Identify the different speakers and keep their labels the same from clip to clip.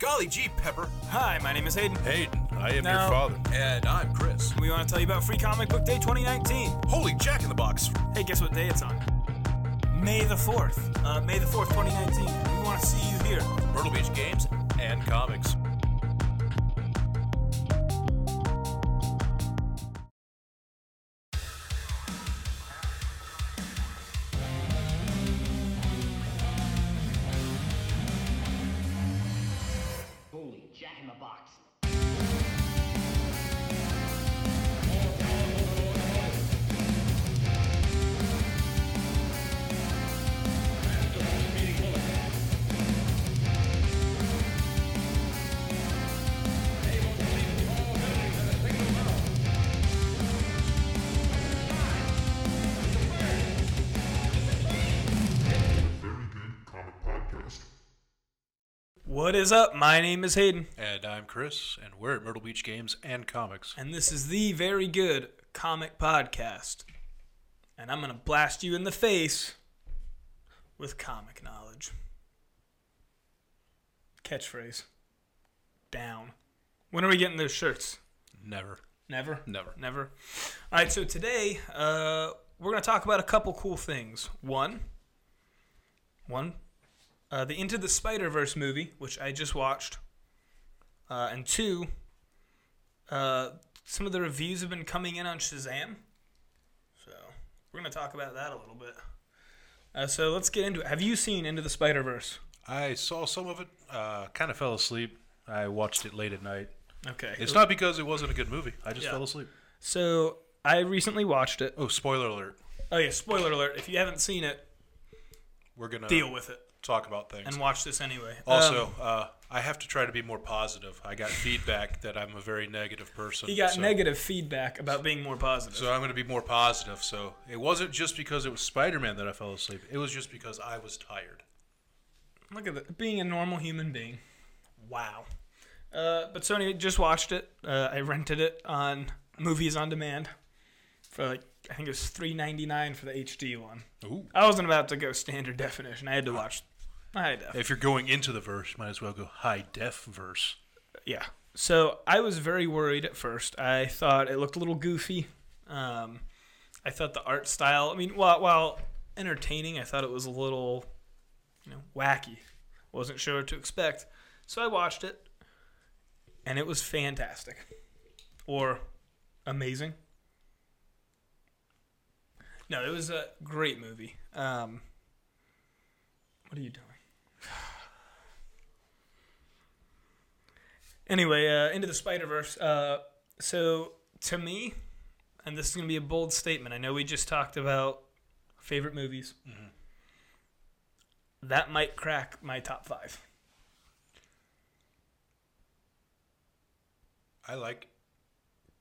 Speaker 1: Golly gee, Pepper.
Speaker 2: Hi, my name is Hayden.
Speaker 3: Hayden, I am
Speaker 2: No.
Speaker 3: your father.
Speaker 1: And I'm Chris.
Speaker 2: We want to tell you about Free Comic Book Day 2019.
Speaker 1: Holy Jack in the Box.
Speaker 2: Hey, guess what day it's on? May the 4th. Uh, May the 4th, 2019. We want to see you here.
Speaker 1: Myrtle Beach Games.
Speaker 3: And comics.
Speaker 4: Holy Jack in the Box.
Speaker 5: Very Good Comic Podcast.
Speaker 2: What is up? My name is Hayden,
Speaker 3: And I'm Chris, and we're at Myrtle Beach Games and Comics.
Speaker 2: and this is the very good comic podcast. And I'm going to blast you in the face with comic knowledge. Catchphrase. Down. When are we getting those shirts?
Speaker 3: Never.
Speaker 2: Never?
Speaker 3: Never.
Speaker 2: Never. All right, so today uh, we're going to talk about a couple cool things. One, one, uh, the Into the Spider Verse movie, which I just watched, uh, and two, uh, some of the reviews have been coming in on Shazam, so we're going to talk about that a little bit. Uh, so let's get into it. Have you seen Into the Spider Verse?
Speaker 3: I saw some of it, uh, kind of fell asleep. I watched it late at night.
Speaker 2: Okay.
Speaker 3: It's not because it wasn't a good movie, I just
Speaker 2: Yeah.
Speaker 3: fell asleep.
Speaker 2: so I recently watched it.
Speaker 3: Oh, spoiler alert.
Speaker 2: Oh yeah, spoiler alert! If you haven't seen it,
Speaker 3: We're going
Speaker 2: deal
Speaker 3: to
Speaker 2: with it.
Speaker 3: talk about things.
Speaker 2: and um, watch this anyway.
Speaker 3: also,
Speaker 2: Um,
Speaker 3: uh, I have to try to be more positive. I got feedback that I'm a very negative person.
Speaker 2: he got
Speaker 3: so-
Speaker 2: negative feedback about being more positive.
Speaker 3: So I'm going to be more positive. So it wasn't just because it was Spider-Man that I fell asleep. It was just because I was tired.
Speaker 2: Look at that, being a normal human being. Wow. Uh, but so anyway, just watched it. Uh, I rented it on Movies on Demand for like I think it was three ninety nine for the HD one.
Speaker 3: Ooh.
Speaker 2: I wasn't about to go standard definition. I had to watch high def.
Speaker 3: If you're going into the verse, might as well go high def verse.
Speaker 2: Yeah. So I was very worried at first. I thought it looked a little goofy. Um, I thought the art style. I mean, while while entertaining, I thought it was a little, you know, wacky. Wasn't sure what to expect. So I watched it, and it was fantastic, or amazing. No, it was a great movie. Um, what are you doing? Anyway, uh, into the Spider Verse. Uh, so to me, and this is gonna be a bold statement. I know we just talked about favorite movies.
Speaker 3: Mm-hmm.
Speaker 2: That might crack my top five.
Speaker 3: I like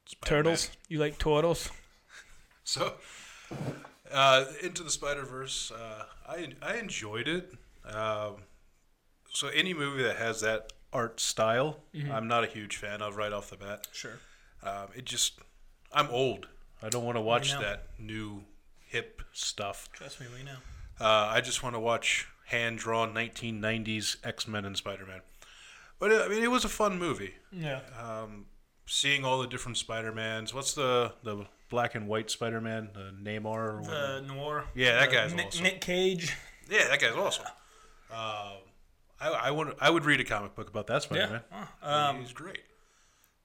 Speaker 3: Spider-Man.
Speaker 2: Turtles. You like turtles?
Speaker 3: So uh, into the Spider Verse, uh, I I enjoyed it. Um, so any movie that has that art style, I'm not a huge fan of right off the bat.
Speaker 2: Sure.
Speaker 3: Um, it just, I'm old. I don't want to watch
Speaker 2: know.
Speaker 3: that new hip stuff.
Speaker 2: Trust me, we know.
Speaker 3: Uh, I just want to watch hand drawn 1990s X Men and Spider Man. But uh, I mean, it was a fun movie.
Speaker 2: Yeah.
Speaker 3: Uh, Seeing all the different Spider Mans. What's the the black and white Spider Man? Uh, Namor. Or whatever?
Speaker 2: Uh, noir.
Speaker 3: Yeah, that
Speaker 2: Uh,
Speaker 3: guy's
Speaker 2: Nick,
Speaker 3: awesome.
Speaker 2: Nick Cage.
Speaker 3: yeah, that guy's awesome. Um, I, I want. I would read a comic book about that Spider Man. He's great.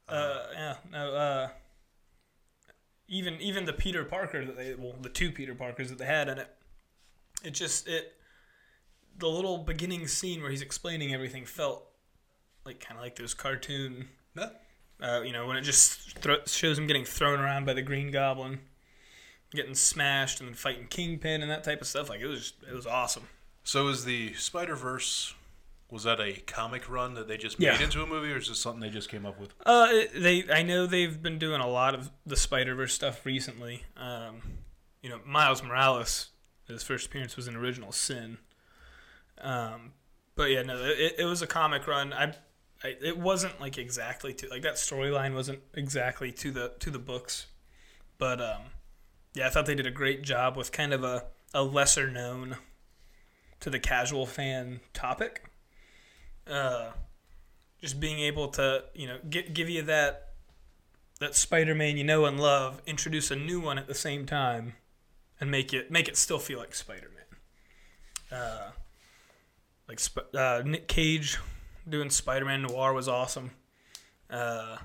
Speaker 2: Uh, yeah. No. Uh, even even the Peter Parker that they well the two Peter Parkers that they had in it, it just it the little beginning scene where he's explaining everything felt like kind of like those cartoon
Speaker 3: No,
Speaker 2: uh, you know when it just thro- shows him getting thrown around by the Green Goblin, getting smashed and then fighting Kingpin and that type of stuff like it was it was awesome.
Speaker 3: So is the Spider Verse? Was that a comic run that they just made
Speaker 2: Yeah.
Speaker 3: into a movie, or is this something they just came up with?
Speaker 2: Uh, it- they I know they've been doing a lot of the Spider Verse stuff recently. Um, you know, Miles Morales, his first appearance was in Original Sin. Um, but yeah, no, it, it was a comic run. I, I it wasn't like exactly to like that storyline wasn't exactly to the to the books, but um, yeah, I thought they did a great job with kind of a a lesser known to the casual fan topic. Uh just being able to you know gi- give you that that Spider-Man you know and love, introduce a new one at the same time, and make it make it still feel like Spider-Man. Uh, like Sp- uh, Nick Cage doing Spider-Man Noir was awesome. Uh,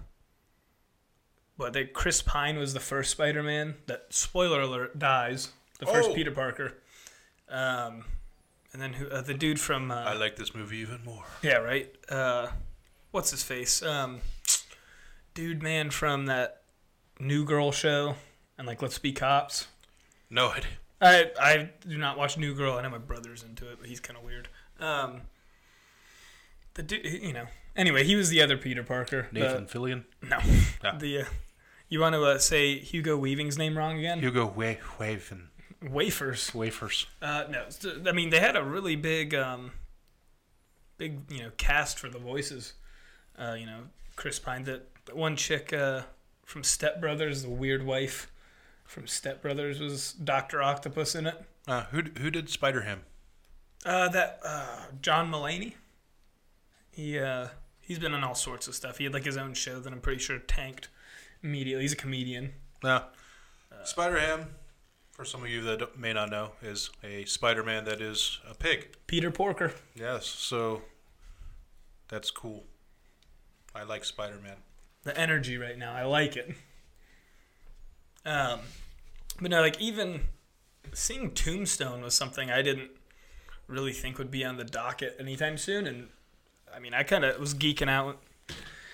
Speaker 2: but they Chris Pine was the first Spider-Man that spoiler alert dies, the first
Speaker 3: Oh.
Speaker 2: Peter Parker. Um, and then who, uh, the dude from uh,
Speaker 3: I like this movie even more.
Speaker 2: yeah, right. Uh, what's his face? Um, dude, man from that New Girl show and like Let's Be Cops.
Speaker 3: No, I didn't.
Speaker 2: I I do not watch New Girl. I know my brother's into it, but he's kind of weird. Um, the dude, you know. Anyway, he was the other Peter Parker. the-
Speaker 3: Nathan Fillion,
Speaker 2: no.
Speaker 3: Ah.
Speaker 2: The uh, you want to uh, say Hugo Weaving's name wrong again?
Speaker 3: Hugo Wa- Waven,
Speaker 2: Wafers.
Speaker 3: Wafers.
Speaker 2: Uh, no, it's- I mean they had a really big, um, big you know cast for the voices. Uh, you know, Chris Pine, that that one chick uh, from Step Brothers, the weird wife from Step Brothers, was Doctor Octopus in it.
Speaker 3: Uh, who d- who did Spider Ham?
Speaker 2: Uh, that uh, John Mulaney. He uh, he's been in all sorts of stuff. He had like his own show that I'm pretty sure tanked immediately. He's a comedian.
Speaker 3: No, Spider Ham. For some of you that don't- may not know, is a Spider Man that is a pig.
Speaker 2: Peter Porker.
Speaker 3: Yes, so that's cool. I like Spider Man.
Speaker 2: the energy right now. I like it. Um, but no, like even seeing Tombstone was something I didn't really think would be on the docket anytime soon, and I mean, I kind of was geeking out.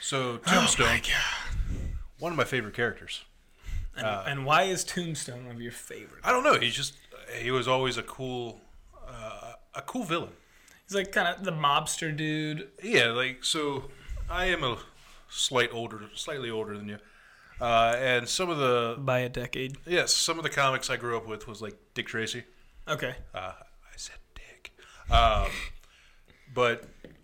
Speaker 3: So Tombstone, one of my favorite characters.
Speaker 2: And, and why is Tombstone one of your favorites?
Speaker 3: I don't know. He's just he was always a cool, uh, a cool villain.
Speaker 2: He's like kind of the mobster dude.
Speaker 3: Yeah, like so. I am a slight older, slightly older than you, uh, and some of the
Speaker 2: By a decade.
Speaker 3: yes, some of the comics I grew up with was like Dick Tracy.
Speaker 2: Okay.
Speaker 3: Uh, I said Dick, um, but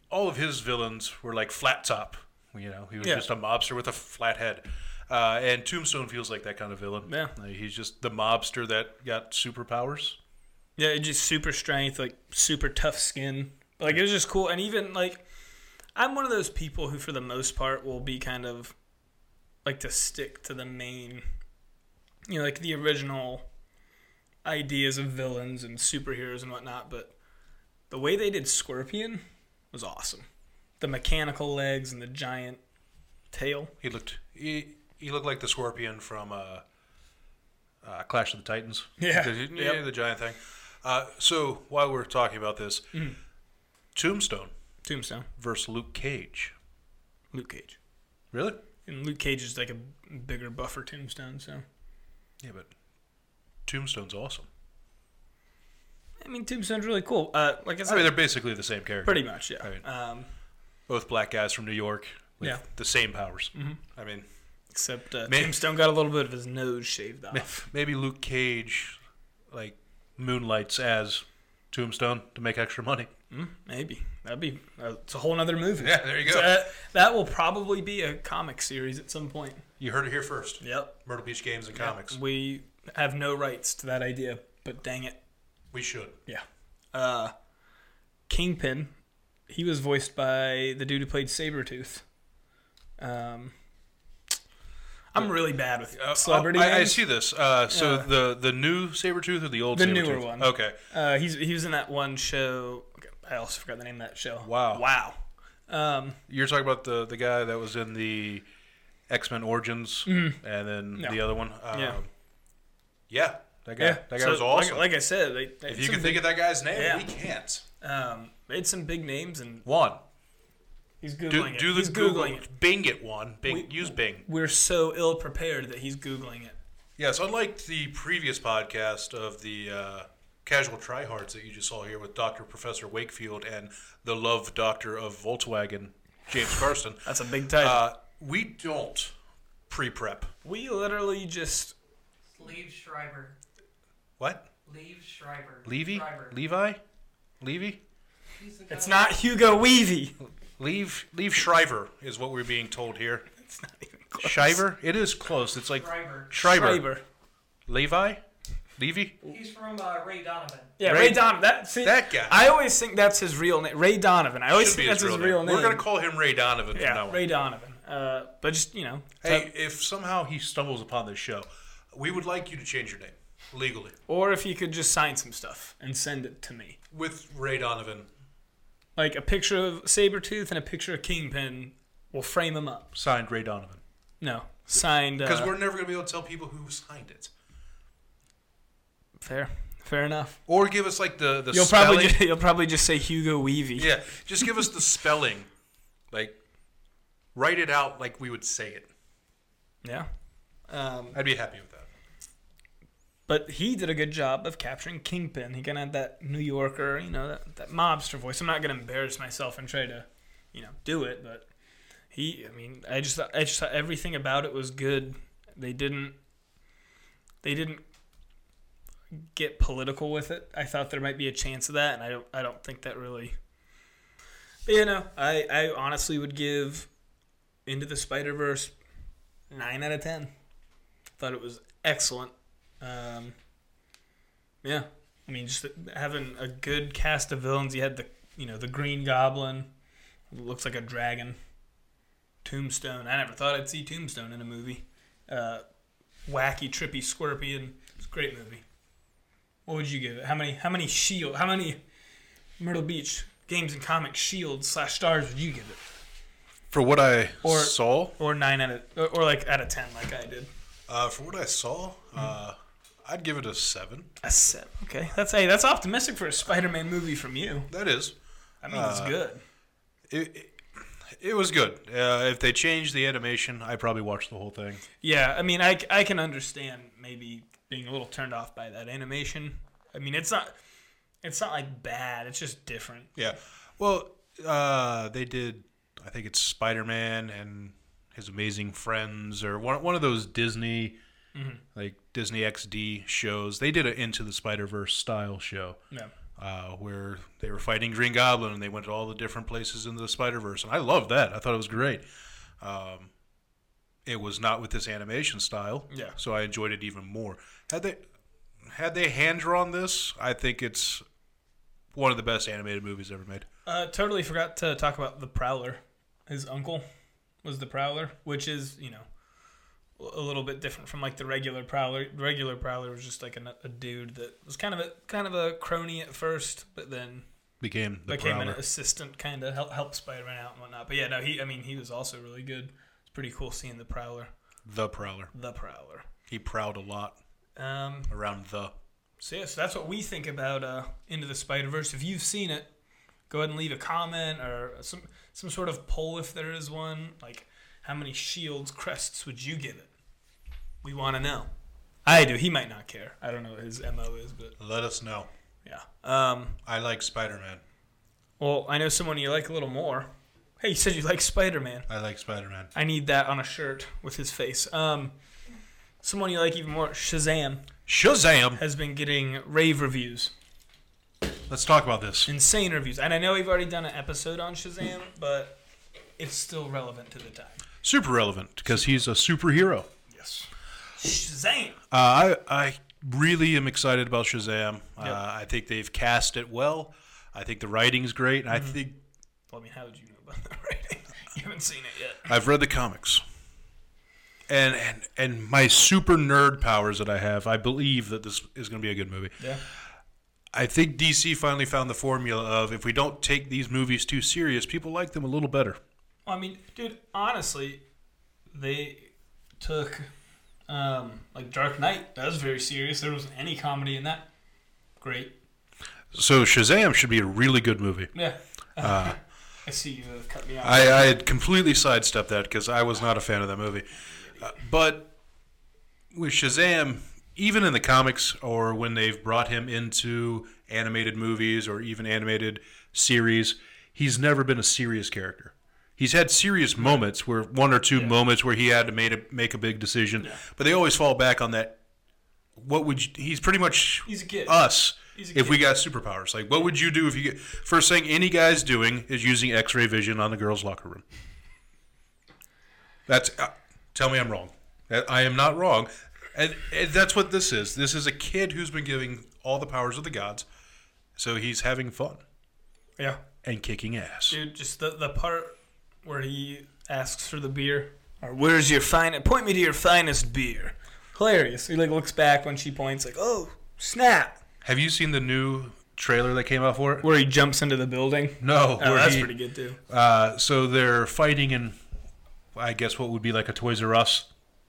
Speaker 3: all of his villains were like flat top. You know, he was
Speaker 2: Yeah.
Speaker 3: just a mobster with a flat head. Uh, and Tombstone feels like that kind of villain.
Speaker 2: Yeah.
Speaker 3: Like, he's just the mobster that got superpowers.
Speaker 2: Yeah, it just super strength, like super tough skin. Like it was just cool, and even like I'm one of those people who, for the most part, will be kind of like to stick to the main, you know, like the original ideas of villains and superheroes and whatnot. But the way they did Scorpion was awesome. The mechanical legs and the giant tail.
Speaker 3: He looked he he looked like the scorpion from uh, uh, Clash of the Titans.
Speaker 2: Yeah.
Speaker 3: the, yeah,
Speaker 2: Yep.
Speaker 3: the giant thing. Uh, so while we're talking about this,
Speaker 2: Mm-hmm.
Speaker 3: Tombstone
Speaker 2: Tombstone,
Speaker 3: versus Luke Cage.
Speaker 2: Luke Cage,
Speaker 3: Really?
Speaker 2: and Luke Cage is like a bigger buffer Tombstone. So
Speaker 3: Yeah, but Tombstone's awesome.
Speaker 2: I mean, Tombstone's really cool. Uh, like I
Speaker 3: I
Speaker 2: said,
Speaker 3: mean, they're basically the same character.
Speaker 2: Pretty much, yeah.
Speaker 3: I mean-
Speaker 2: um,
Speaker 3: Both black guys from New York with
Speaker 2: Yeah.
Speaker 3: the same powers. I mean,
Speaker 2: except uh,
Speaker 3: May-
Speaker 2: Tombstone got a little bit of his nose shaved off.
Speaker 3: maybe Luke Cage like moonlights as Tombstone to make extra money.
Speaker 2: Maybe that'd be uh, it's a whole other movie.
Speaker 3: Yeah, there you
Speaker 2: So,
Speaker 3: go.
Speaker 2: uh, that will probably be a comic series at some point.
Speaker 3: You heard it here first.
Speaker 2: Yep.
Speaker 3: Myrtle Beach Games and Comics.
Speaker 2: We have no rights to that idea, but dang it,
Speaker 3: We should.
Speaker 2: yeah. Uh, Kingpin, he was voiced by the dude who played Sabretooth. Um, I'm really bad with
Speaker 3: Uh,
Speaker 2: celebrity
Speaker 3: oh, I, I
Speaker 2: names.
Speaker 3: see this. Uh, so
Speaker 2: Yeah.
Speaker 3: the the new Sabretooth or the old
Speaker 2: The
Speaker 3: Sabretooth?
Speaker 2: newer one.
Speaker 3: Okay.
Speaker 2: Uh, he's he was in that one show. okay, I also forgot the name of that show.
Speaker 3: Wow.
Speaker 2: Wow. Um,
Speaker 3: You're talking about the, the guy that was in the X Men Origins and then
Speaker 2: No.
Speaker 3: the other one. Um,
Speaker 2: Yeah.
Speaker 3: Yeah. That guy,
Speaker 2: yeah,
Speaker 3: that guy
Speaker 2: So,
Speaker 3: was awesome.
Speaker 2: Like, like I said, they, they
Speaker 3: if
Speaker 2: had
Speaker 3: you
Speaker 2: some
Speaker 3: can think
Speaker 2: big,
Speaker 3: of that guy's name,
Speaker 2: Yeah.
Speaker 3: we can't.
Speaker 2: um, they had some big names, and
Speaker 3: One.
Speaker 2: he's
Speaker 3: Do,
Speaker 2: googling it.
Speaker 3: do the
Speaker 2: he's
Speaker 3: Google.
Speaker 2: googling it.
Speaker 3: Bing it, one. Bing, use Bing.
Speaker 2: We're so ill prepared that he's googling it.
Speaker 3: Yes, unlike the previous podcast of the uh, casual tryhards that you just saw here with Dr. Professor Wakefield and the love doctor of Volkswagen, James Carson,
Speaker 2: That's a big title.
Speaker 3: uh, we don't pre prep.
Speaker 2: we literally just
Speaker 6: Leave Schreiber.
Speaker 3: What?
Speaker 6: Leave Schreiber.
Speaker 3: Levy?
Speaker 6: Schreiber.
Speaker 3: Levi? Levy?
Speaker 6: He's the
Speaker 2: it's
Speaker 6: guy-
Speaker 2: not Hugo Weavy.
Speaker 3: Leave, leave Shriver is what we're being told here.
Speaker 2: It's not even close.
Speaker 3: Shiver? It is close. It's like
Speaker 6: Schreiber.
Speaker 3: Shriver.
Speaker 2: Schreiber.
Speaker 3: Levi? Levy?
Speaker 6: He's from uh, Ray Donovan.
Speaker 2: Yeah, Ray,
Speaker 3: Ray-
Speaker 2: Donovan. That, see,
Speaker 3: That guy.
Speaker 2: I always think that's his real name. Ray Donovan. I always
Speaker 3: Should be
Speaker 2: think that's his real name.
Speaker 3: We're gonna call him Ray Donovan from now
Speaker 2: yeah,
Speaker 3: on.
Speaker 2: Ray Donovan. Uh, but just you know,
Speaker 3: Hey, if somehow he stumbles upon this show, we would like you to change your name legally
Speaker 2: or if you could just sign some stuff and send it to me,
Speaker 3: with Ray Donovan.
Speaker 2: like a picture of Sabretooth and a picture of Kingpin. We'll frame them up.
Speaker 3: Signed Ray Donovan.
Speaker 2: No, signed.
Speaker 3: Because
Speaker 2: Uh,
Speaker 3: we're never gonna be able to tell people who signed it,
Speaker 2: fair, fair enough.
Speaker 3: or give us like the the
Speaker 2: You'll
Speaker 3: spelling.
Speaker 2: probably just, you'll probably just say Hugo Weavy.
Speaker 3: yeah, just give us the spelling. Like, write it out like we would say it.
Speaker 2: Yeah. Um,
Speaker 3: I'd be happy with that.
Speaker 2: but he did a good job of capturing Kingpin. He kind of had that New Yorker, you know, that, that mobster voice. I'm not gonna embarrass myself and try to, you know, do it. But he, I mean, I just, thought, I just thought everything about it was good. They didn't, they didn't get political with it. I thought there might be a chance of that, and I don't, I don't think that really. But, you know, I, I honestly would give Into the Spider Verse nine out of ten. Thought it was excellent. Um, yeah, I mean, just having a good cast of villains. You had the you know the Green Goblin, who looks like a dragon. Tombstone. I never thought I'd see Tombstone in a movie. Uh, wacky, trippy Scorpion. It's a great movie. What would you give it? How many? How many shield? How many Myrtle Beach games and comics shield slash stars would you give it?
Speaker 3: For what I
Speaker 2: Or-
Speaker 3: saw,
Speaker 2: Or nine out of or, or like out of ten, like I did.
Speaker 3: uh, for what I saw, uh, I'd give it a seven.
Speaker 2: A seven. Okay, that's hey, that's optimistic for a Spider-Man movie from you.
Speaker 3: That is.
Speaker 2: I mean, it's good.
Speaker 3: It, it, it was good. Uh, if they changed the animation, I probably watched the whole thing.
Speaker 2: Yeah, I mean, I, I can understand maybe being a little turned off by that animation. I mean, it's not it's not like bad. It's just different.
Speaker 3: Yeah. Well, uh, they did. I think it's Spider Man and his amazing friends, or one one of those Disney,
Speaker 2: Mm-hmm.
Speaker 3: like Disney XD shows. They did an Into the Spider Verse style show.
Speaker 2: Yeah.
Speaker 3: Uh, where they were fighting Green Goblin and they went to all the different places in the Spider Verse, and I loved that. I thought it was great. Um, it was not with this animation style,
Speaker 2: Yeah.
Speaker 3: So I enjoyed it even more. Had they had they hand drawn this, I think it's one of the best animated movies ever made.
Speaker 2: Uh, totally forgot to talk about the Prowler. His uncle was the Prowler, which is you know a little bit different from like the regular Prowler. Regular Prowler was just like a, a dude that was kind of a kind of a crony at first, but then
Speaker 3: Became the
Speaker 2: became
Speaker 3: Prowler.
Speaker 2: an assistant, kind of help, help Spider-Man out and whatnot. But yeah, no, he I mean he was also really good. It's pretty cool seeing the Prowler.
Speaker 3: the Prowler.
Speaker 2: the Prowler.
Speaker 3: He prowled a lot
Speaker 2: Um,
Speaker 3: around the.
Speaker 2: so yeah, so that's what we think about uh, Into the Spider Verse. If you've seen it, go ahead and leave a comment or some some sort of poll if there is one. Like, how many shields crests would you give it? We want to know. I do. He might not care. I don't know what his mo is, but
Speaker 3: Let us know.
Speaker 2: yeah. Um,
Speaker 3: I like Spider Man.
Speaker 2: well, I know someone you like a little more. Hey, you said you like Spider Man.
Speaker 3: I like Spider Man.
Speaker 2: I need that on a shirt with his face. Um, someone you like even more, Shazam,
Speaker 3: Shazam!
Speaker 2: has been getting rave reviews.
Speaker 3: Let's talk about this.
Speaker 2: insane reviews. And I know we've already done an episode on Shazam, but it's still relevant to the time.
Speaker 3: Super relevant because he's a superhero.
Speaker 2: Yes. Shazam.
Speaker 3: Uh, I I really am excited about Shazam.
Speaker 2: Yep.
Speaker 3: Uh, I think they've cast it well. I think the writing's great. I
Speaker 2: Mm-hmm.
Speaker 3: think
Speaker 2: Well, I mean, how would you know about that rating? You haven't seen it yet.
Speaker 3: I've read the comics. And, and and my super nerd powers that I have, I believe that this is going to be a good movie.
Speaker 2: Yeah.
Speaker 3: I think DC finally found the formula of if we don't take these movies too serious, people like them a little better.
Speaker 2: Well, I mean, dude, honestly, they took um, like Dark Knight. That was very serious. There wasn't any comedy in that. Great.
Speaker 3: So Shazam should be a really good movie.
Speaker 2: Yeah. Uh. I see you have cut me off.
Speaker 3: I, I had completely sidestepped that because I was not a fan of that movie. Uh, but with Shazam, even in the comics or when they've brought him into animated movies or even animated series, he's never been a serious character. He's had serious moments where one or two moments where he had to made a, make a big decision, but they always fall back on that. What would you, he's pretty much
Speaker 2: He's a kid.
Speaker 3: us
Speaker 2: He's a
Speaker 3: if we got superpowers? Like, what would you do if you get first thing any guy's doing is using X-ray vision on the girls' locker room? That's uh, tell me I'm wrong. Uh, I am not wrong. And, and that's what this is. This is a kid who's been giving all the powers of the gods, so he's having fun
Speaker 2: Yeah.
Speaker 3: and kicking ass.
Speaker 2: Dude, just the, the part where he asks for the beer. Or where's your fine? Point me to your finest beer. Hilarious. He like looks back when she points, like, oh snap.
Speaker 3: Have you seen the new trailer that came out for it?
Speaker 2: Where he jumps into the building.
Speaker 3: No,
Speaker 2: Oh,
Speaker 3: where
Speaker 2: that's
Speaker 3: he-
Speaker 2: pretty good too.
Speaker 3: Uh, so they're fighting in, I guess, what would be like a Toys R Us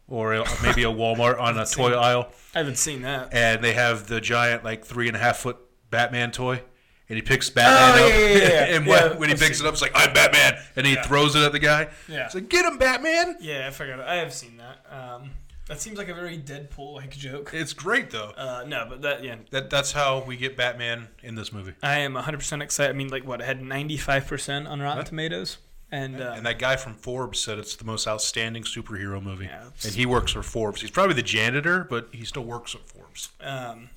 Speaker 3: or a- maybe a Walmart on a toy aisle,
Speaker 2: I haven't seen that.
Speaker 3: and they have the giant like three and a half foot Batman toy. And he picks Batman
Speaker 2: Oh,
Speaker 3: up,
Speaker 2: yeah, yeah, yeah, yeah.
Speaker 3: and when,
Speaker 2: Yeah,
Speaker 3: when he
Speaker 2: I've
Speaker 3: picks
Speaker 2: seen
Speaker 3: it up, it's like I'm Batman, and he throws it at the guy.
Speaker 2: Yeah.
Speaker 3: it's like get him, Batman.
Speaker 2: Yeah, I forgot. I have seen that. Um, that seems like a very Deadpool like joke.
Speaker 3: It's great though.
Speaker 2: Uh, no, but that yeah,
Speaker 3: That that's how we get Batman in this movie.
Speaker 2: I am 100 percent excited. I mean, like what? It had 95 percent on Rotten Tomatoes, and, uh,
Speaker 3: And that guy from Forbes said it's the most outstanding superhero movie.
Speaker 2: Yeah, it's-
Speaker 3: and he works for Forbes. He's probably the janitor, but he still works at Forbes.
Speaker 2: um,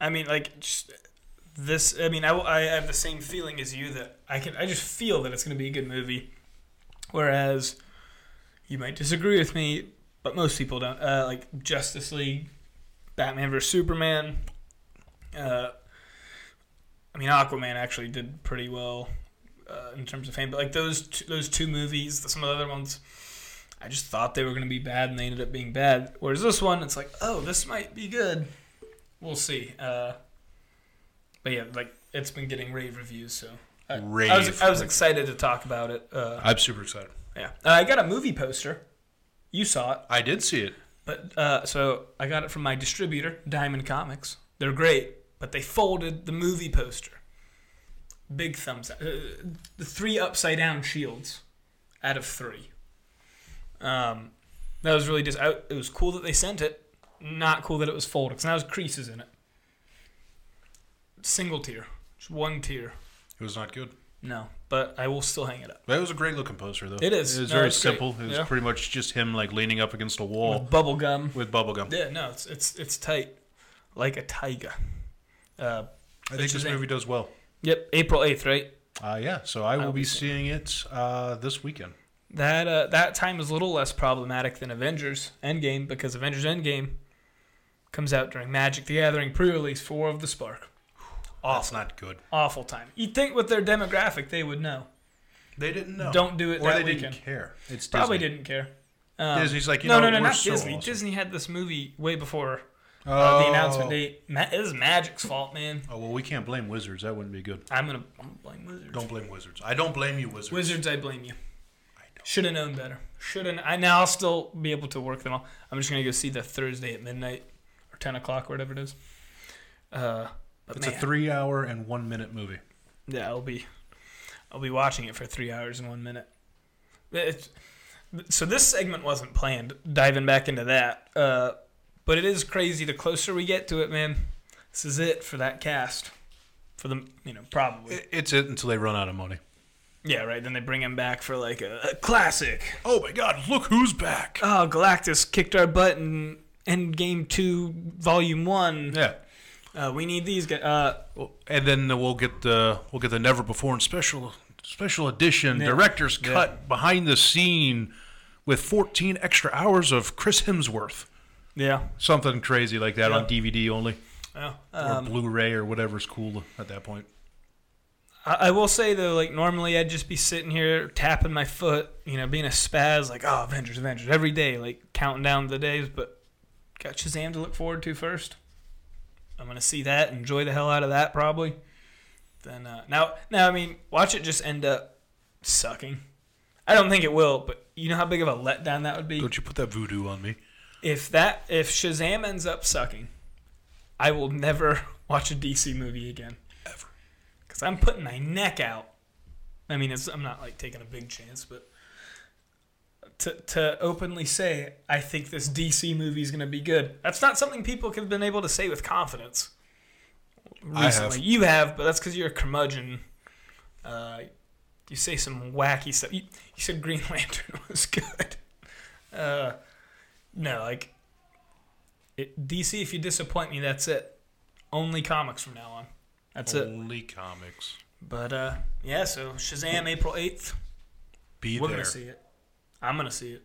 Speaker 2: I mean, like just this. I mean, I, will- I have the same feeling as you that I can. I just feel that it's going to be a good movie. Whereas you might disagree with me, but most people don't. Uh, like Justice League, Batman vs Superman. Uh, I mean, Aquaman actually did pretty well uh, in terms of fame, but like those two, those two movies, some of the other ones. I just thought they were going to be bad, and they ended up being bad. Whereas this one, it's like, oh, this might be good. We'll see. Uh, but yeah, like it's been getting rave reviews, so I, I was
Speaker 3: Rave.
Speaker 2: I was excited to talk about it. Uh,
Speaker 3: I'm super excited.
Speaker 2: yeah, uh, I got a movie poster. You saw it,
Speaker 3: I did see it.
Speaker 2: but uh, so I got it from my distributor, Diamond Comics. They're great, but they folded the movie poster. Big thumbs up. Uh, the three upside down shields out of three. Um, that was really just. I, it was cool that they sent it. Not cool that it was folded because now there's creases in it. Single tier, just one tier.
Speaker 3: It was not good.
Speaker 2: No, but I will still hang it up.
Speaker 3: But it was a great looking poster, though.
Speaker 2: It is.
Speaker 3: It was
Speaker 2: No,
Speaker 3: very
Speaker 2: it's great.
Speaker 3: simple. It was
Speaker 2: Yeah.
Speaker 3: pretty much just him like leaning up against a wall
Speaker 2: Bubble gum.
Speaker 3: with bubble gum.
Speaker 2: Yeah, no, it's it's it's tight, like a tiger. Uh,
Speaker 3: I think this
Speaker 2: Interesting.
Speaker 3: movie does well.
Speaker 2: yep, April eighth, right?
Speaker 3: Uh, yeah, so I will
Speaker 2: will
Speaker 3: be
Speaker 2: be
Speaker 3: seeing it uh, this weekend.
Speaker 2: That uh, that time is a little less problematic than Avengers Endgame because Avengers Endgame comes out during Magic the Gathering pre-release for War of the Spark.
Speaker 3: That's not good.
Speaker 2: Awful time. You'd think with their demographic they would know.
Speaker 3: They didn't know.
Speaker 2: Don't do it
Speaker 3: Or
Speaker 2: that
Speaker 3: they
Speaker 2: weekend.
Speaker 3: didn't care. It's
Speaker 2: Probably
Speaker 3: Disney.
Speaker 2: didn't care. Um,
Speaker 3: Disney's like, you
Speaker 2: no,
Speaker 3: know,
Speaker 2: no, no,
Speaker 3: we're
Speaker 2: not
Speaker 3: so
Speaker 2: Disney.
Speaker 3: awesome.
Speaker 2: Disney had this movie way before
Speaker 3: Oh.
Speaker 2: uh, the announcement date. Ma- it was Magic's fault, man.
Speaker 3: Oh well, we can't blame Wizards. That wouldn't be good.
Speaker 2: I'm gonna, I'm gonna blame Wizards.
Speaker 3: Don't blame Wizards. I don't blame you, Wizards.
Speaker 2: Wizards, I blame you. Should have known better. Should have. I now I'll still be able to work them all. I'm just gonna go see the Thursday at midnight or ten o'clock, or whatever it is. Uh, but
Speaker 3: It's
Speaker 2: man,
Speaker 3: a three-hour and one-minute movie.
Speaker 2: yeah, I'll be, I'll be watching it for three hours and one minute. It's, so this segment wasn't planned. Diving back into that, uh, but it is crazy. The closer we get to it, man, this is it for that cast. For the you know probably
Speaker 3: I- It's it until they run out of money.
Speaker 2: yeah right. Then they bring him back for like a, a classic.
Speaker 3: Oh my God! Look who's back.
Speaker 2: oh, Galactus kicked our butt in Endgame 2, Volume 1.
Speaker 3: Yeah.
Speaker 2: Uh, we need these guys. Uh,
Speaker 3: Well, and then we'll get the we'll get the never before and special special edition
Speaker 2: Yeah.
Speaker 3: director's
Speaker 2: Yeah.
Speaker 3: cut behind the scene with 14 extra hours of Chris Hemsworth.
Speaker 2: yeah.
Speaker 3: Something crazy like that
Speaker 2: Yeah. Um,
Speaker 3: on DVD only
Speaker 2: Yeah.
Speaker 3: or Blu-ray or whatever's cool at that point.
Speaker 2: I, I will say, though, like, normally I'd just be sitting here tapping my foot, you know, being a spaz, like, oh, Avengers, Avengers, every day, like, counting down the days, but got Shazam to look forward to first. I'm going to see that, enjoy the hell out of that, probably. Then, uh, now, now, I mean, watch it just end up sucking. I don't think it will, but you know how big of a letdown that would be?
Speaker 3: Don't you put that voodoo on me?
Speaker 2: if that if Shazam ends up sucking, I will never watch a DC movie again. Ever. Cuz I'm putting my neck out. I mean, it's, I'm not like taking a big chance, but to to openly say I think this DC movie is going to be good. That's not something people have been able to say with confidence. Recently.
Speaker 3: have.
Speaker 2: You have, but that's cuz you're a curmudgeon. Uh you say some wacky stuff. You, you said Green Lantern was good. Uh, no, like it, DC. If you disappoint me, that's it. Only comics from now on. That's it.
Speaker 3: Only comics.
Speaker 2: But uh, yeah, so Shazam, April eighth.
Speaker 3: Be
Speaker 2: We're
Speaker 3: there.
Speaker 2: gonna see it. I'm gonna see it.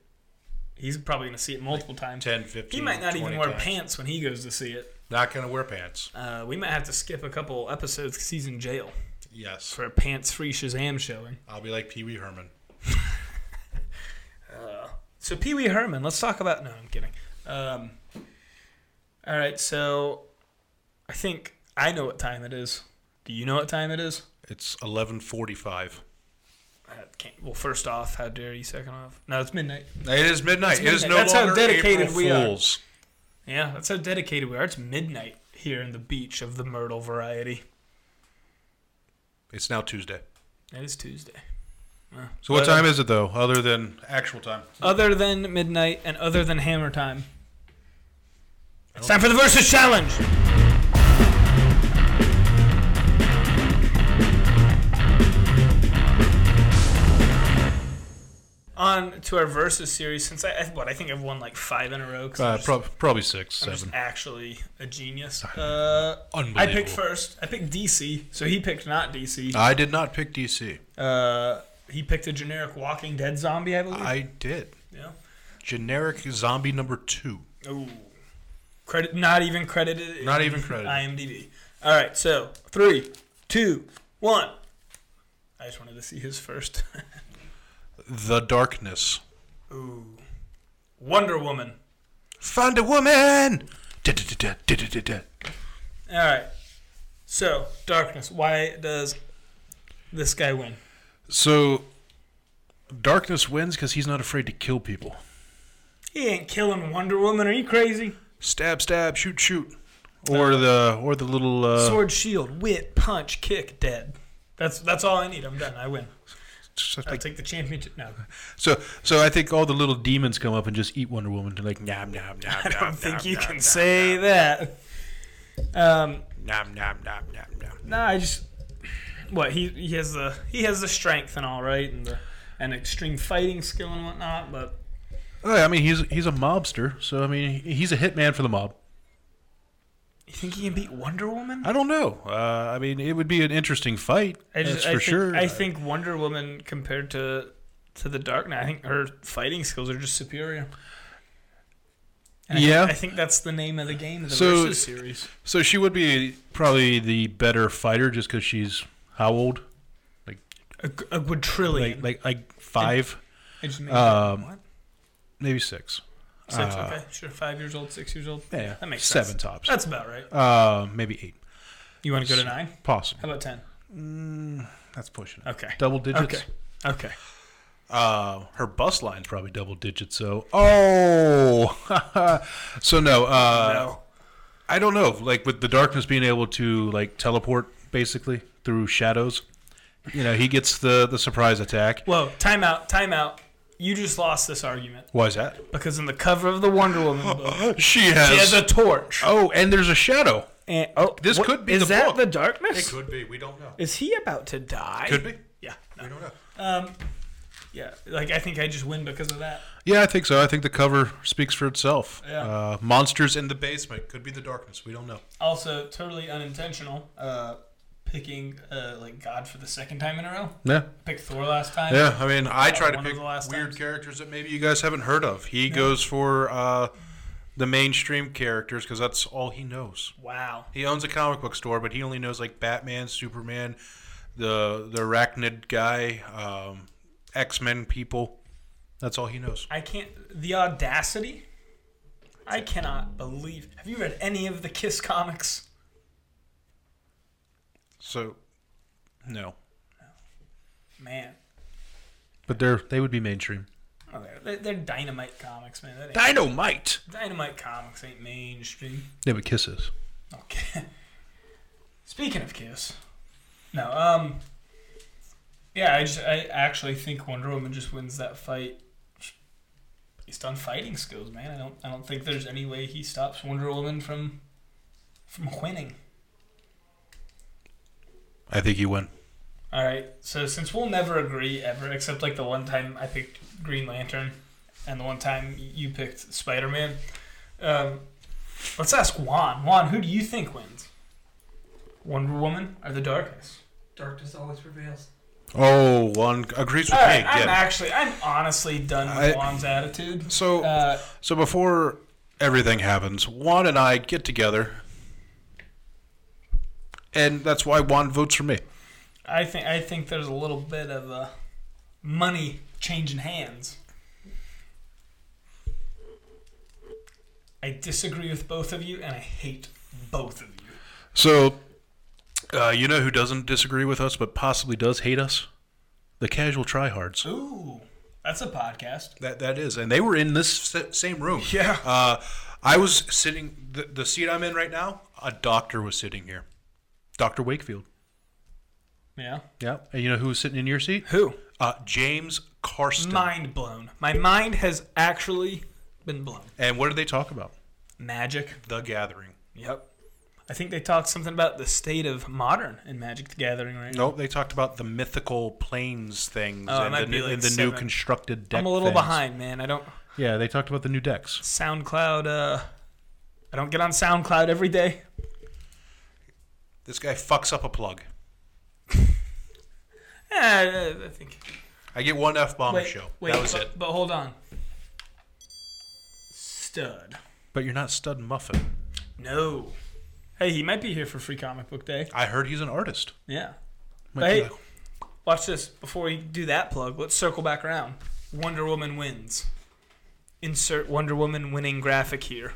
Speaker 2: He's probably going to see it multiple times.
Speaker 3: 10, 15,
Speaker 2: he might not even
Speaker 3: 20
Speaker 2: wear
Speaker 3: times.
Speaker 2: pants when he goes to see it.
Speaker 3: Not going to wear pants.
Speaker 2: Uh, we might have to skip a couple episodes 'cause he's in jail
Speaker 3: Yes.
Speaker 2: for a pants-free Shazam showing.
Speaker 3: I'll be like Pee Wee Herman.
Speaker 2: So Pee Wee Herman, let's talk about. No, I'm kidding. Um, all right, so I think I know what time it is. Do you know what time it is?
Speaker 3: It's 11:45.
Speaker 2: I can't, well, first off, how dare you? Second off, no, it's midnight.
Speaker 3: It is midnight. It is
Speaker 2: midnight.
Speaker 3: no
Speaker 2: That's how
Speaker 3: longer
Speaker 2: dedicated
Speaker 3: April
Speaker 2: we are.
Speaker 3: Fools.
Speaker 2: Yeah, that's how dedicated we are. It's midnight here in the beach of the Myrtle variety.
Speaker 3: It's now Tuesday.
Speaker 2: It is Tuesday.
Speaker 3: So what
Speaker 2: But, um,
Speaker 3: time is it though, other than actual time?
Speaker 2: Other than midnight and other than hammer time, it's time for the versus challenge. On to our versus series since I, I what I think I've won like five in a row. 'cause I'm
Speaker 3: Uh,
Speaker 2: just-
Speaker 3: prob- probably six,
Speaker 2: I'm
Speaker 3: seven.
Speaker 2: just actually a genius. Uh, I
Speaker 3: Unbelievable.
Speaker 2: picked first. I picked DC, so he picked not DC.
Speaker 3: I did not pick DC.
Speaker 2: Uh, he picked a generic Walking Dead zombie, I believe.
Speaker 3: I did.
Speaker 2: yeah.
Speaker 3: Generic zombie number two.
Speaker 2: Ooh. Credit not even credited. in
Speaker 3: Not even credited.
Speaker 2: IMDb. All right, so three, two, one. I just wanted to see his first.
Speaker 3: The Darkness.
Speaker 2: Ooh. Wonder Woman.
Speaker 3: Find a woman. Da-da-da-da, da-da-da-da.
Speaker 2: All right. So darkness. Why does this guy win?
Speaker 3: So, Darkness wins because he's not afraid to kill people.
Speaker 2: He ain't killing Wonder Woman. Are you crazy?
Speaker 3: Stab, stab, shoot, shoot, or the or the little uh,
Speaker 2: Sword, shield, whip, punch, kick, dead. That's that's all I need. I'm done. I win.
Speaker 3: stuff
Speaker 2: I'll
Speaker 3: like-
Speaker 2: take the championship. No,
Speaker 3: so. So I think all the little demons come up and just eat Wonder Woman. They're like nom nom nom.
Speaker 2: I
Speaker 3: nom,
Speaker 2: don't think
Speaker 3: nom,
Speaker 2: you
Speaker 3: nom,
Speaker 2: can
Speaker 3: nom,
Speaker 2: say that. Um,
Speaker 3: Nom nom nom nom nom.
Speaker 2: No, I just what he he has the he has the strength and all right and the and extreme fighting skill and whatnot, but
Speaker 3: Oh, I mean, he's he's a mobster, so I mean, he's a hitman for the mob.
Speaker 2: you think he can beat Wonder Woman?
Speaker 3: I don't know. Uh, I mean, it would be an interesting fight.
Speaker 2: I just,
Speaker 3: that's
Speaker 2: I
Speaker 3: for
Speaker 2: think,
Speaker 3: sure.
Speaker 2: I think Wonder Woman compared to to the Dark Knight, I think her fighting skills are just superior. And I think-
Speaker 3: Yeah.
Speaker 2: I, think that's the name of the game, the
Speaker 3: So-
Speaker 2: versus series.
Speaker 3: So she would be probably the better fighter just because she's how old?
Speaker 2: A, g- a quadrillion.
Speaker 3: Like like like five,
Speaker 2: I just made
Speaker 3: um,
Speaker 2: that. What?
Speaker 3: maybe six.
Speaker 2: Six, okay, sure. Five years old, six years old.
Speaker 3: uh, Yeah,
Speaker 2: that makes
Speaker 3: seven
Speaker 2: sense.
Speaker 3: tops.
Speaker 2: That's about right.
Speaker 3: Uh, maybe eight,
Speaker 2: You want to go to nine? How
Speaker 3: possible.
Speaker 2: about ten?
Speaker 3: That's pushing. it.
Speaker 2: Okay.
Speaker 3: double digits.
Speaker 2: Okay. Okay.
Speaker 3: Uh, her bus line's probably double digits. So oh, so no. Uh,
Speaker 2: no.
Speaker 3: I don't know. Like with the darkness being able to like teleport basically through shadows, you know, he gets the the surprise attack.
Speaker 2: Whoa, timeout, timeout. You just lost this argument
Speaker 3: Why is that?
Speaker 2: because in the cover of the Wonder Woman book,
Speaker 3: She has.
Speaker 2: she has a torch.
Speaker 3: oh, and there's a shadow.
Speaker 2: And, oh,
Speaker 3: This could be
Speaker 2: Is
Speaker 3: the
Speaker 2: that
Speaker 3: book.
Speaker 2: the darkness?
Speaker 3: could be. We don't know.
Speaker 2: Is he about to die?
Speaker 3: Could be.
Speaker 2: Yeah.
Speaker 3: We don't know.
Speaker 2: Yeah. Like I think I just win because of that.
Speaker 3: Yeah, I think so. I think the cover speaks for itself.
Speaker 2: Yeah.
Speaker 3: Uh, monsters in the basement could be the darkness. We don't know.
Speaker 2: Also, totally unintentional. Uh, picking uh, like God for the second time in a row.
Speaker 3: Yeah.
Speaker 2: Picked Thor last time.
Speaker 3: Yeah, I mean, I try to
Speaker 2: one of
Speaker 3: pick
Speaker 2: the last
Speaker 3: weird
Speaker 2: times.
Speaker 3: characters that maybe you guys haven't heard of. He goes for uh, the mainstream characters because that's all he knows.
Speaker 2: Wow.
Speaker 3: He owns a comic book store, but he only knows like Batman, Superman, the the arachnid guy, um, X Men people. That's all he knows.
Speaker 2: I can't. The audacity. I cannot believe. Have you read any of the Kiss comics?
Speaker 3: So, no,
Speaker 2: Man,
Speaker 3: but they're they would be mainstream.
Speaker 2: oh, they're, they're dynamite comics, man. That ain't
Speaker 3: Dynamite.
Speaker 2: Dynamite Comics ain't mainstream.
Speaker 3: Yeah, but kisses.
Speaker 2: Okay. Speaking of Kiss, no, um, yeah, I just I actually think Wonder Woman just wins that fight based on fighting skills, man. I don't I don't think there's any way he stops Wonder Woman from from winning.
Speaker 3: I think you win.
Speaker 2: All right, so since we'll never agree ever, except like the one time I picked Green Lantern, and the one time you picked Spider Man, um, let's ask Juan. Juan, who do you think wins? Wonder Woman or the Darkness?
Speaker 6: Darkness always prevails.
Speaker 3: Oh, one agrees with
Speaker 2: All right,
Speaker 3: me.
Speaker 2: I'm
Speaker 3: yeah.
Speaker 2: actually, I'm honestly done with
Speaker 3: I-
Speaker 2: Juan's attitude.
Speaker 3: so,
Speaker 2: uh,
Speaker 3: so before everything happens, Juan and I get together, and that's why Juan votes for me.
Speaker 2: I think I think there's a little bit of uh, money changing hands. I disagree with both of you, and I hate both of you.
Speaker 3: So, uh, you know who doesn't disagree with us, but possibly does hate us? The casual tryhards.
Speaker 2: Ooh, that's a podcast.
Speaker 3: That that is, and they were in this sa- same room.
Speaker 2: Yeah.
Speaker 3: Uh, I was sitting the, the seat I'm in right now. A doctor was sitting here, Doctor Wakefield.
Speaker 2: Yeah.
Speaker 3: Yeah. And you know who was sitting in your seat?
Speaker 2: Who?
Speaker 3: Uh, James Karsten.
Speaker 2: Mind blown. My mind has actually been blown.
Speaker 3: And what did they talk about?
Speaker 2: Magic.
Speaker 3: The Gathering.
Speaker 2: Yep. I think they talked something about the state of modern in Magic the Gathering right
Speaker 3: Nope, they talked about the mythical planes things
Speaker 2: Oh, it
Speaker 3: and,
Speaker 2: might
Speaker 3: the,
Speaker 2: be
Speaker 3: new-
Speaker 2: like
Speaker 3: and the new
Speaker 2: seven.
Speaker 3: constructed
Speaker 2: now.
Speaker 3: deck.
Speaker 2: I'm a little
Speaker 3: things.
Speaker 2: behind, man. I don't
Speaker 3: Yeah, they talked about the new decks.
Speaker 2: SoundCloud uh I don't get on SoundCloud every day.
Speaker 3: This guy fucks up a plug.
Speaker 2: Eh, I think
Speaker 3: I get one f bomb a
Speaker 2: wait,
Speaker 3: show.
Speaker 2: wait,
Speaker 3: that was
Speaker 2: but,
Speaker 3: it.
Speaker 2: but hold on. Stud.
Speaker 3: But you're not Stud Muffin.
Speaker 2: No. Hey, he might be here for free comic book day.
Speaker 3: I heard he's an artist.
Speaker 2: Yeah. But
Speaker 3: Might be
Speaker 2: hey,
Speaker 3: like-
Speaker 2: watch this. Before we do that plug, let's circle back around. Wonder Woman wins. Insert Wonder Woman winning graphic here.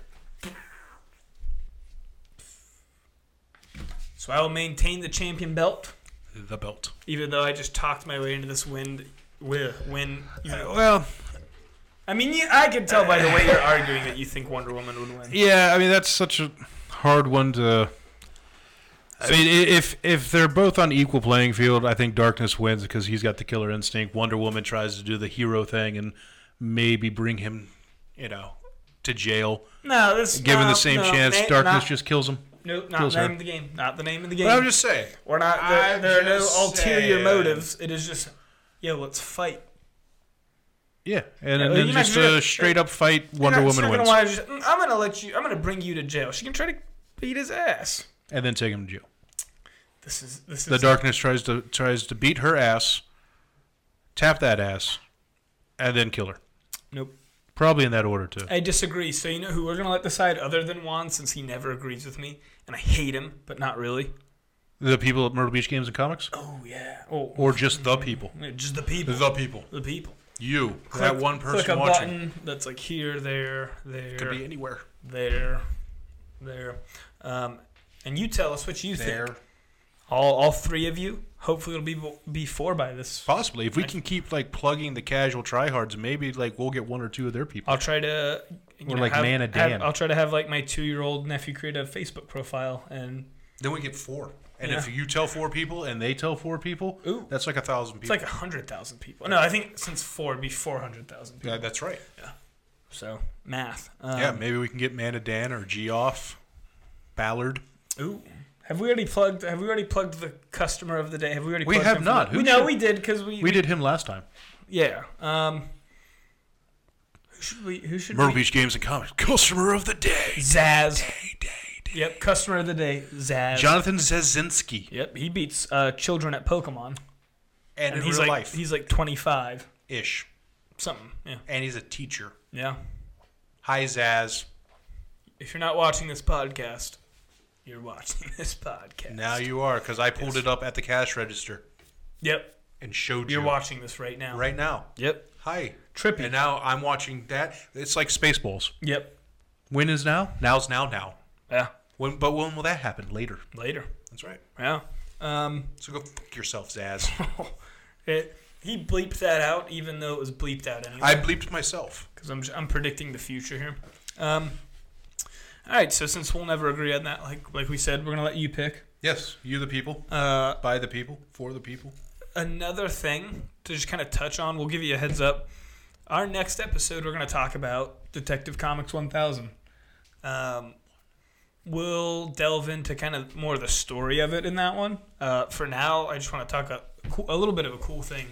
Speaker 2: So I will maintain the champion belt,
Speaker 3: the belt.
Speaker 2: even though I just talked my way into this win. Win. win
Speaker 3: Uh, Well,
Speaker 2: I mean, you, I can tell by the way you're arguing that you think Wonder Woman would win.
Speaker 3: yeah. I mean, that's such a hard one to. I mean, i- if if they're both on equal playing field, I think Darkness wins because he's got the killer instinct. Wonder Woman tries to do the hero thing and maybe bring him, you know, to jail.
Speaker 2: No, this
Speaker 3: Given
Speaker 2: no,
Speaker 3: the same
Speaker 2: Uh, no,
Speaker 3: chance,
Speaker 2: na-
Speaker 3: Darkness
Speaker 2: not-
Speaker 3: just kills him.
Speaker 2: nope, not
Speaker 3: kills
Speaker 2: the
Speaker 3: her.
Speaker 2: name of the game. Not the name of the game.
Speaker 3: But I'm just saying.
Speaker 2: We're not. There,
Speaker 3: I'm
Speaker 2: there are no
Speaker 3: just
Speaker 2: ulterior
Speaker 3: saying.
Speaker 2: motives. It is just, yo, let's fight.
Speaker 3: Yeah, and,
Speaker 2: well,
Speaker 3: and then
Speaker 2: you're not
Speaker 3: just
Speaker 2: gonna-
Speaker 3: a straight up fight. Wonder
Speaker 2: You're not-
Speaker 3: Woman
Speaker 2: you're not
Speaker 3: wins,
Speaker 2: gonna wanna just, "Mm, I'm gonna let you. I'm gonna bring you to jail. She can try to beat his ass.
Speaker 3: and then take him to jail.
Speaker 2: This is this is
Speaker 3: The darkness tries to tries to beat her ass, tap that ass, and then kill her.
Speaker 2: Nope.
Speaker 3: Probably in that order too.
Speaker 2: I disagree. So you know who we're gonna let decide other than Juan, since he never agrees with me, and I hate him, but not really.
Speaker 3: The people at Myrtle Beach Games and Comics,
Speaker 2: Oh yeah. Oh,
Speaker 3: or just the people.
Speaker 2: just the people.
Speaker 3: people.
Speaker 2: The people.
Speaker 3: You.
Speaker 2: Click-
Speaker 3: that one person
Speaker 2: click a
Speaker 3: watching.
Speaker 2: button that's like here, there, there,
Speaker 3: Could be anywhere.
Speaker 2: there, there, um, and you tell us what you think. all all three of you. Hopefully, it'll be be four by this.
Speaker 3: Possibly, if we can keep like plugging the casual tryhards, maybe like we'll get one or two of their people.
Speaker 2: I'll try to. You
Speaker 3: Or
Speaker 2: know,
Speaker 3: like
Speaker 2: have-
Speaker 3: Nana
Speaker 2: have-
Speaker 3: Dan.
Speaker 2: I'll try to have like my two year old nephew create a Facebook profile and
Speaker 3: Then we get four, and
Speaker 2: Yeah.
Speaker 3: if you tell four people and they tell four people,
Speaker 2: Ooh.
Speaker 3: that's like a thousand
Speaker 2: it's
Speaker 3: people.
Speaker 2: like hundred thousand people. No, I think since four it'd be four hundred thousand people.
Speaker 3: Yeah, that's right.
Speaker 2: So math. Um,
Speaker 3: yeah, maybe we can get Manadan or Geoff, Ballard.
Speaker 2: Ooh. Have we already plugged? Have we already plugged the customer of the day? Have we already?
Speaker 3: We
Speaker 2: plugged
Speaker 3: have
Speaker 2: him for
Speaker 3: not.
Speaker 2: the-
Speaker 3: Who
Speaker 2: we no,
Speaker 3: should-
Speaker 2: we did because we,
Speaker 3: We did him last time.
Speaker 2: Yeah. Um. Who should we? Who should
Speaker 3: Myrtle
Speaker 2: we?
Speaker 3: Beach Games and Comics customer of the day.
Speaker 2: Zaz.
Speaker 3: Day, day, day.
Speaker 2: Yep. Customer of the day. Zaz.
Speaker 3: Jonathan Zezinski.
Speaker 2: Yep. He beats uh, children at Pokemon.
Speaker 3: And,
Speaker 2: and
Speaker 3: in
Speaker 2: he's
Speaker 3: real
Speaker 2: like
Speaker 3: life,
Speaker 2: he's like 25
Speaker 3: ish.
Speaker 2: something yeah
Speaker 3: And he's a teacher.
Speaker 2: yeah
Speaker 3: Hi, Zaz.
Speaker 2: if you're not watching this podcast you're watching this podcast
Speaker 3: Now you are, because I pulled it up at the cash register
Speaker 2: yep
Speaker 3: and showed
Speaker 2: you're
Speaker 3: you
Speaker 2: watching this right now
Speaker 3: right now.
Speaker 2: yep
Speaker 3: Hi.
Speaker 2: Trippy.
Speaker 3: And now I'm watching that. It's like Spaceballs.
Speaker 2: yep
Speaker 3: When is now? Now's now, now.
Speaker 2: yeah
Speaker 3: When, but when will that happen? Later.
Speaker 2: later
Speaker 3: That's right.
Speaker 2: yeah um
Speaker 3: So go fuck yourself, Zaz.
Speaker 2: it, he bleeped that out even though it was bleeped out anyway
Speaker 3: I bleeped myself.
Speaker 2: because I'm, I'm predicting the future here um all right so since we'll never agree on that like like we said we're gonna let you pick
Speaker 3: Yes, you the people,
Speaker 2: uh
Speaker 3: by the people, for the people.
Speaker 2: another thing to just kind of touch on, we'll give you a heads up. Our next episode, we're going to talk about Detective Comics 1000. Um, we'll delve into kind of more of the story of it in that one. Uh, for now, I just want to talk a, coo- a little bit of a cool thing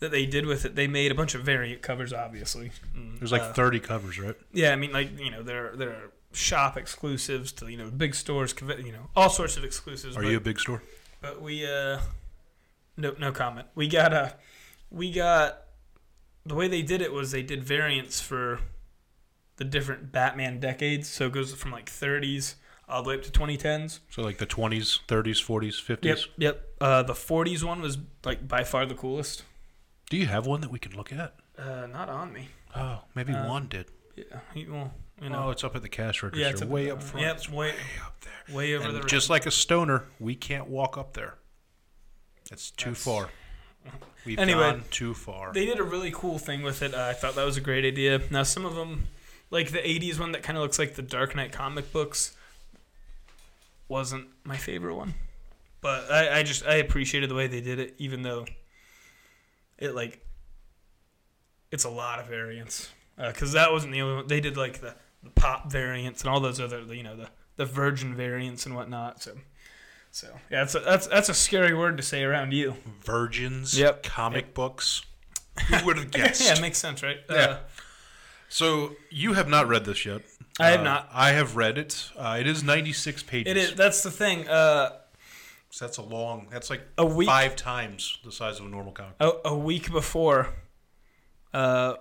Speaker 2: that they did with it. They made a bunch of variant covers, obviously. Mm,
Speaker 3: There's like
Speaker 2: uh,
Speaker 3: 30 covers, right?
Speaker 2: yeah, I mean, like you know, there are- there are shop exclusives to you know big stores, conve- you know, all sorts of exclusives.
Speaker 3: Are
Speaker 2: but-
Speaker 3: you a big store?
Speaker 2: but we uh Nope, no comment. We got a, we got. The way they did it was they did variants for the different Batman decades. So it goes from like 30s all the way up to 2010s.
Speaker 3: So like the 20s, 30s, 40s, 50s.
Speaker 2: Yep, yep. Uh, the 40s one was like by far the coolest.
Speaker 3: Do you have one that we can look at?
Speaker 2: Uh, not on me.
Speaker 3: Oh, maybe one did.
Speaker 2: Yeah, he- well, you
Speaker 3: Oh,
Speaker 2: know,
Speaker 3: it's up at the cash register,
Speaker 2: yeah, it's a-
Speaker 3: way up front.
Speaker 2: Yep,
Speaker 3: It's
Speaker 2: way,
Speaker 3: way up there.
Speaker 2: way over
Speaker 3: And
Speaker 2: the. ri-
Speaker 3: just like a stoner, we can't walk up there. It's too
Speaker 2: That's-
Speaker 3: far. We've
Speaker 2: Anyway,
Speaker 3: gone too far.
Speaker 2: They did a really cool thing with it. Uh, I thought that was a great idea. Now some of them, like the '80s one that kind of looks like the Dark Knight comic books, wasn't my favorite one. But I, I just I appreciated the way they did it, even though it like it's a lot of variants. Because that wasn't the only one. They did like the, the pop variants and all those other you know the the virgin variants and whatnot. So so yeah, that's a, that's that's a scary word to say around you.
Speaker 3: Virgins,
Speaker 2: Yep.
Speaker 3: comic books. Who would have guessed?
Speaker 2: Yeah, it makes sense, right? Uh,
Speaker 3: Yeah. so you have not read this yet.
Speaker 2: I have
Speaker 3: Uh,
Speaker 2: not.
Speaker 3: I have read it. Uh, it is 96 pages.
Speaker 2: It is. That's the thing. Uh,
Speaker 3: So that's a long. That's like
Speaker 2: A week-
Speaker 3: five times the size of a normal comic.
Speaker 2: a, a week before uh,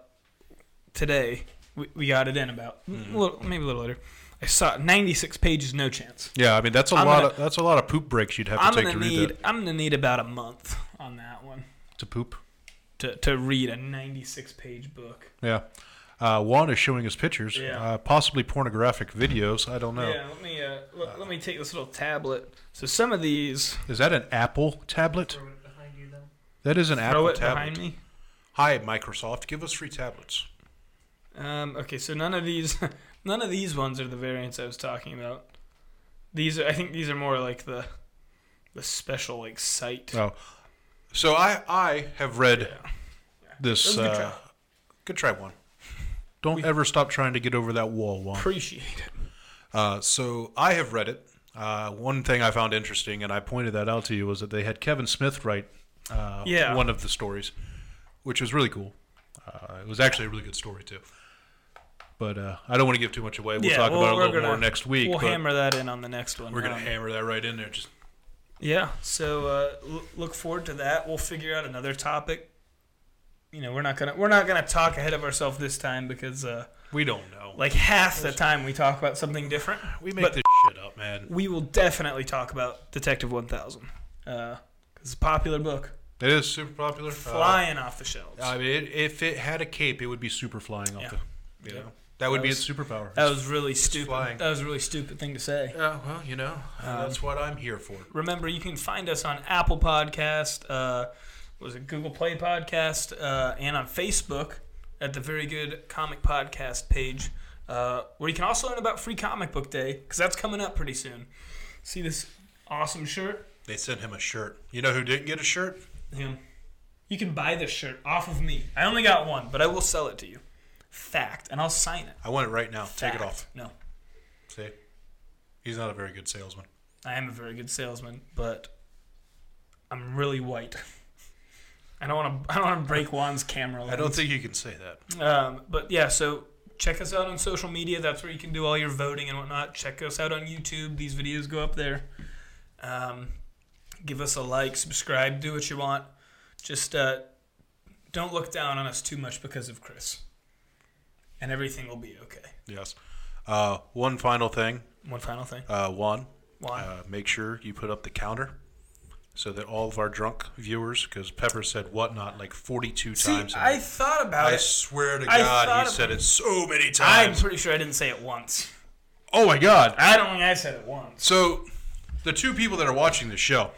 Speaker 2: today, we, we got it in about
Speaker 3: Mm-hmm.
Speaker 2: a little, maybe a little later. I saw it, 96 pages, no chance.
Speaker 3: Yeah, I mean that's a
Speaker 2: I'm
Speaker 3: lot.
Speaker 2: gonna-
Speaker 3: of, that's a lot of poop breaks you'd have to
Speaker 2: I'm
Speaker 3: take
Speaker 2: gonna
Speaker 3: to read
Speaker 2: need.
Speaker 3: that
Speaker 2: I'm gonna need about a month on that one
Speaker 3: to poop.
Speaker 2: to, to read a 96 page book.
Speaker 3: Yeah. Uh, Juan is showing us pictures,
Speaker 2: Yeah.
Speaker 3: uh, possibly pornographic videos. I don't know.
Speaker 2: Yeah. Let me uh, let, let me take this little tablet. So some of these.
Speaker 3: Is that an Apple tablet?
Speaker 6: Throw it behind you then.
Speaker 3: That is an
Speaker 2: Throw
Speaker 3: Apple
Speaker 2: it
Speaker 3: tablet.
Speaker 2: behind me.
Speaker 3: Hi, Microsoft. Give us free tablets.
Speaker 2: Um, okay, so none of these, none of these ones are the variants I was talking about. These, are, I think, these are more like the, the special like site.
Speaker 3: Oh. So I I have read this.
Speaker 2: That was a good
Speaker 3: uh, good try, Juan. Don't ever stop trying to get over that wall, Juan.
Speaker 2: Appreciate it.
Speaker 3: Uh, so I have read it. Uh, one thing I found interesting, and I pointed that out to you, was that they had Kevin Smith write uh,
Speaker 2: Yeah.
Speaker 3: one of the stories, which was really cool. Uh, it was actually a really good story too. But uh, I don't want to give too much away. We'll
Speaker 2: Yeah,
Speaker 3: talk
Speaker 2: well,
Speaker 3: about it a
Speaker 2: we're
Speaker 3: little
Speaker 2: gonna-
Speaker 3: more next week.
Speaker 2: We'll
Speaker 3: but
Speaker 2: hammer that in on the next one.
Speaker 3: we're gonna
Speaker 2: Um,
Speaker 3: hammer that right in there. Just
Speaker 2: yeah. So uh, l- look forward to that. We'll figure out another topic. You know, we're not gonna we're not gonna talk ahead of ourselves this time because uh,
Speaker 3: we don't know.
Speaker 2: like half the time we talk about something different.
Speaker 3: we make
Speaker 2: but-
Speaker 3: this shit up, man.
Speaker 2: We will definitely talk about Detective One Thousand. Uh, 'cause it's a popular book,
Speaker 3: It is super popular. Uh,
Speaker 2: flying off the shelves.
Speaker 3: I mean, it, if it had a cape, it would be super flying off
Speaker 2: Yeah.
Speaker 3: the. You
Speaker 2: Yeah.
Speaker 3: know, that would
Speaker 2: That
Speaker 3: be
Speaker 2: was-
Speaker 3: its superpower.
Speaker 2: That was really stupid.
Speaker 3: flying.
Speaker 2: That was a really stupid thing to say.
Speaker 3: Uh, well, you know,
Speaker 2: Um,
Speaker 3: that's what I'm here for.
Speaker 2: Remember, you can find us on Apple Podcast, uh, was it Google Play Podcast, uh, and on Facebook at the Very Good Comic Podcast page, uh, where you can also learn about Free Comic Book Day because that's coming up pretty soon. See this awesome shirt?
Speaker 3: They sent him a shirt. You know who didn't get a shirt?
Speaker 2: Him. You can buy this shirt off of me. I only got one, but I will sell it to you. Fact, and I'll sign it.
Speaker 3: I want it right now. Take
Speaker 2: Fact.
Speaker 3: it off.
Speaker 2: No.
Speaker 3: See? He's not a very good salesman.
Speaker 2: I am a very good salesman, but I'm really white. I don't want to. I don't want to break Juan's camera.
Speaker 3: I don't think you can say that.
Speaker 2: Um, but yeah, so check us out on social media. That's where you can do all your voting and whatnot. Check us out on YouTube. These videos go up there. Um, give us a like, subscribe, do what you want. Just uh, don't look down on us too much because of Chris, and everything will be okay.
Speaker 3: Yes. Uh, one final thing,
Speaker 2: One final thing,
Speaker 3: uh, Juan.
Speaker 2: Juan.
Speaker 3: Uh, make sure you put up the counter so that all of our drunk viewers, because Pepper said whatnot like 42
Speaker 2: See,
Speaker 3: times. in
Speaker 2: I
Speaker 3: it.
Speaker 2: thought about
Speaker 3: I
Speaker 2: it.
Speaker 3: swear to
Speaker 2: I
Speaker 3: God,
Speaker 2: thought
Speaker 3: he said it so many
Speaker 2: I'm
Speaker 3: times.
Speaker 2: pretty sure I didn't say it once.
Speaker 3: oh my God.
Speaker 2: I don't think I said it once.
Speaker 3: So, the two people that are watching this show,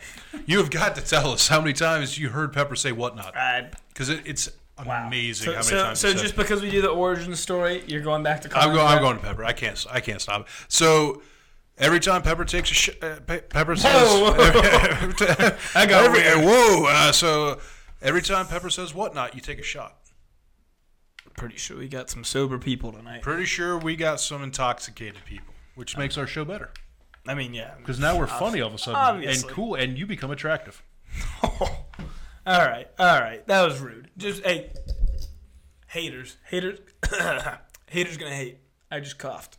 Speaker 3: you have got to tell us how many times you heard Pepper say whatnot.
Speaker 2: I,
Speaker 3: Because it, it's
Speaker 2: wow.
Speaker 3: amazing
Speaker 2: So,
Speaker 3: how many
Speaker 2: so,
Speaker 3: times.
Speaker 2: so
Speaker 3: he said it.
Speaker 2: just because we do the origin story, you're going back to.
Speaker 3: I'm
Speaker 2: Common
Speaker 3: going. I'm
Speaker 2: Core?
Speaker 3: going to Pepper. I can't. I can't stop it. So every time Pepper takes a sh- uh, Pe- Pepper says,
Speaker 2: Whoa, whoa.
Speaker 3: every, time-
Speaker 2: I got
Speaker 3: every-
Speaker 2: weird.
Speaker 3: whoa. Uh, so every time Pepper says whatnot, you take a shot.
Speaker 2: Pretty sure we got some sober people tonight.
Speaker 3: Pretty sure we got some intoxicated people, which makes our show better
Speaker 2: I mean, yeah.
Speaker 3: because now we're funny all of a sudden
Speaker 2: Obviously.
Speaker 3: and cool, and you become attractive.
Speaker 2: all right, all right. That was rude. Just hey, haters, haters, haters gonna hate. I just coughed.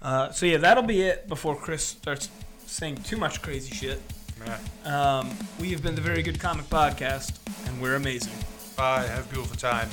Speaker 2: Uh, so yeah, that'll be it before Chris starts saying too much crazy shit. Um, we have been the Very Good Comic Podcast, and we're amazing.
Speaker 3: Bye. Have a beautiful time.